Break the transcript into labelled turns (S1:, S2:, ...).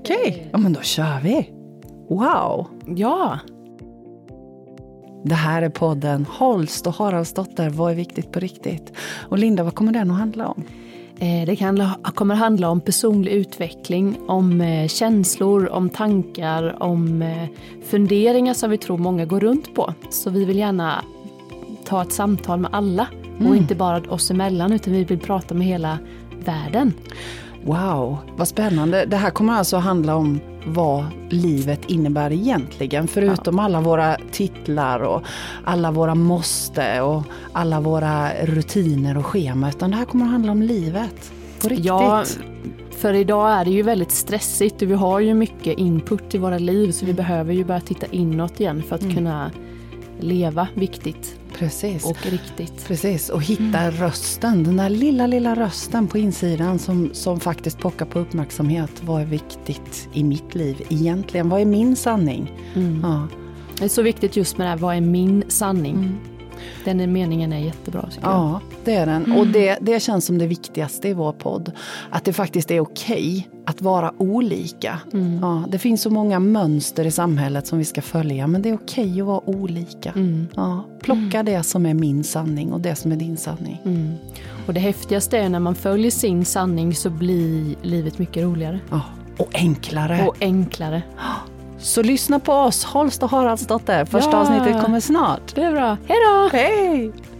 S1: Okej, ja, men då kör vi. Wow!
S2: Ja.
S1: Det här är podden Holst och Haraldsdotter, Vad är viktigt på riktigt? Och Linda, vad kommer den att handla om?
S2: Eh, Det kan, kommer handla om personlig utveckling, om eh, känslor, om tankar, om eh, funderingar som vi tror många går runt på. Så vi vill gärna ta ett samtal med alla och inte bara oss emellan utan vi vill prata med hela världen.
S1: Wow, vad spännande. Det här kommer alltså att handla om vad livet innebär egentligen, förutom alla våra titlar och alla våra måste och alla våra rutiner och schema, utan det här kommer att handla om livet på riktigt.
S2: Ja, för idag är det ju väldigt stressigt och vi har ju mycket input i våra liv så vi behöver ju börja titta inåt igen för att kunna leva viktigt
S1: precis.
S2: och riktigt.
S1: Precis, och hitta rösten, den där lilla, lilla rösten på insidan som, som faktiskt pockar på uppmärksamhet. Vad är viktigt i mitt liv egentligen? Vad är min sanning? Ja.
S2: Det är så viktigt just med det här, vad är min sanning? Den är, meningen är jättebra tycker jag.
S1: Ja, det är den. Och det, det känns som det viktigaste i vår podd. Att det faktiskt är okej att vara olika. Ja, det finns så många mönster i samhället som vi ska följa, men det är okej att vara olika. Ja, plocka det som är min sanning och det som är din sanning.
S2: Och det häftigaste är när man följer sin sanning så blir livet mycket roligare
S1: Ja, och enklare.
S2: och enklare.
S1: Så lyssna på oss, Holst och Haraldsdotter. Första
S2: Ja.
S1: avsnittet kommer snart.
S2: Det är bra. Hej då!
S1: Hej!